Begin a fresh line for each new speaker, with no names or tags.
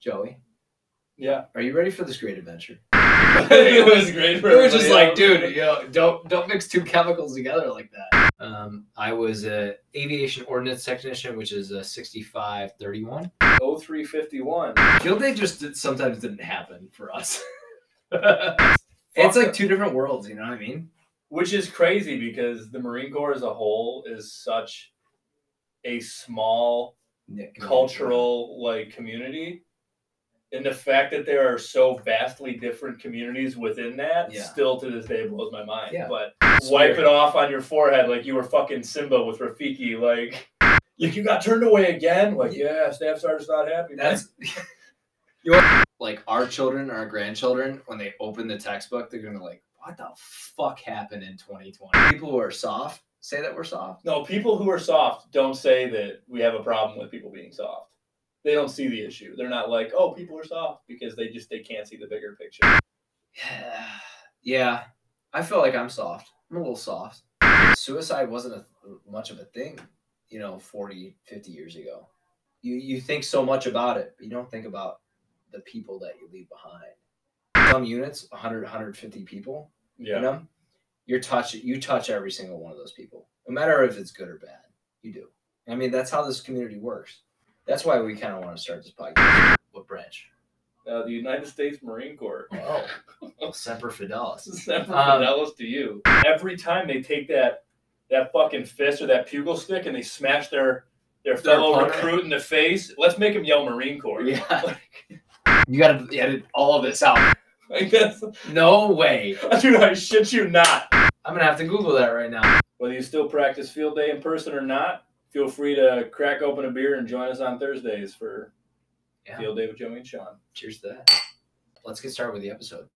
Joey,
Yeah.
are you ready for this great adventure?
it was great. For
we were just
everybody
like,
else.
dude, yo, don't don't mix two chemicals together like that. Um, I was a aviation ordnance technician, which is a 6531.
0351.
Field day just did, sometimes didn't happen for us.
Fuck.
it's like two different worlds, you know what I mean?
Which is crazy because the Marine Corps as a whole is such a small
Nick,
cultural like community. And the fact that there are so vastly different communities within that
Yeah.
still to this day blows my mind.
Yeah.
But
It's
wipe
weird.
it off on your forehead like you were fucking Simba with Rafiki, like you, you got turned away again. Like, yeah, Staff Sergeant's not happy. man."
That's your like our children, our grandchildren, when they open the textbook, they're gonna be like, what the fuck happened in 2020? People who are soft say that we're soft.
No, people who are soft don't say that we have a problem with people being soft. They don't see the issue. They're not like, oh, people are soft because they just they can't see the bigger picture.
Yeah. Yeah. I feel like I'm soft. I'm a little soft. Suicide wasn't a, much of a thing, you know, 40, 50 years ago. You you think so much about it, but you don't think about the people that you leave behind. Some units, 100, 150 people,
Yeah.
you know you're touch you touch every single one of those people no matter if it's good or bad you do i mean that's how this community works that's why we kind of want to start this podcast what branch
Uh, the United States Marine Corps.
oh semper fidelis
Separate
Um,
Fidelis to you. Every time they take that that fucking fist or that pugil stick and they smash their their fellow
opponent.
recruit in the face, let's make them yell Marine Corps.
yeah you gotta edit all of this out
Like that's
no way
dude, I shit you not.
i'm gonna have to google that right now
Whether you still practice field day in person or not, feel free to crack open a beer and join us on Thursdays for
Yeah.
Field Day with Joey and Sean.
cheers to that let's get started with the episode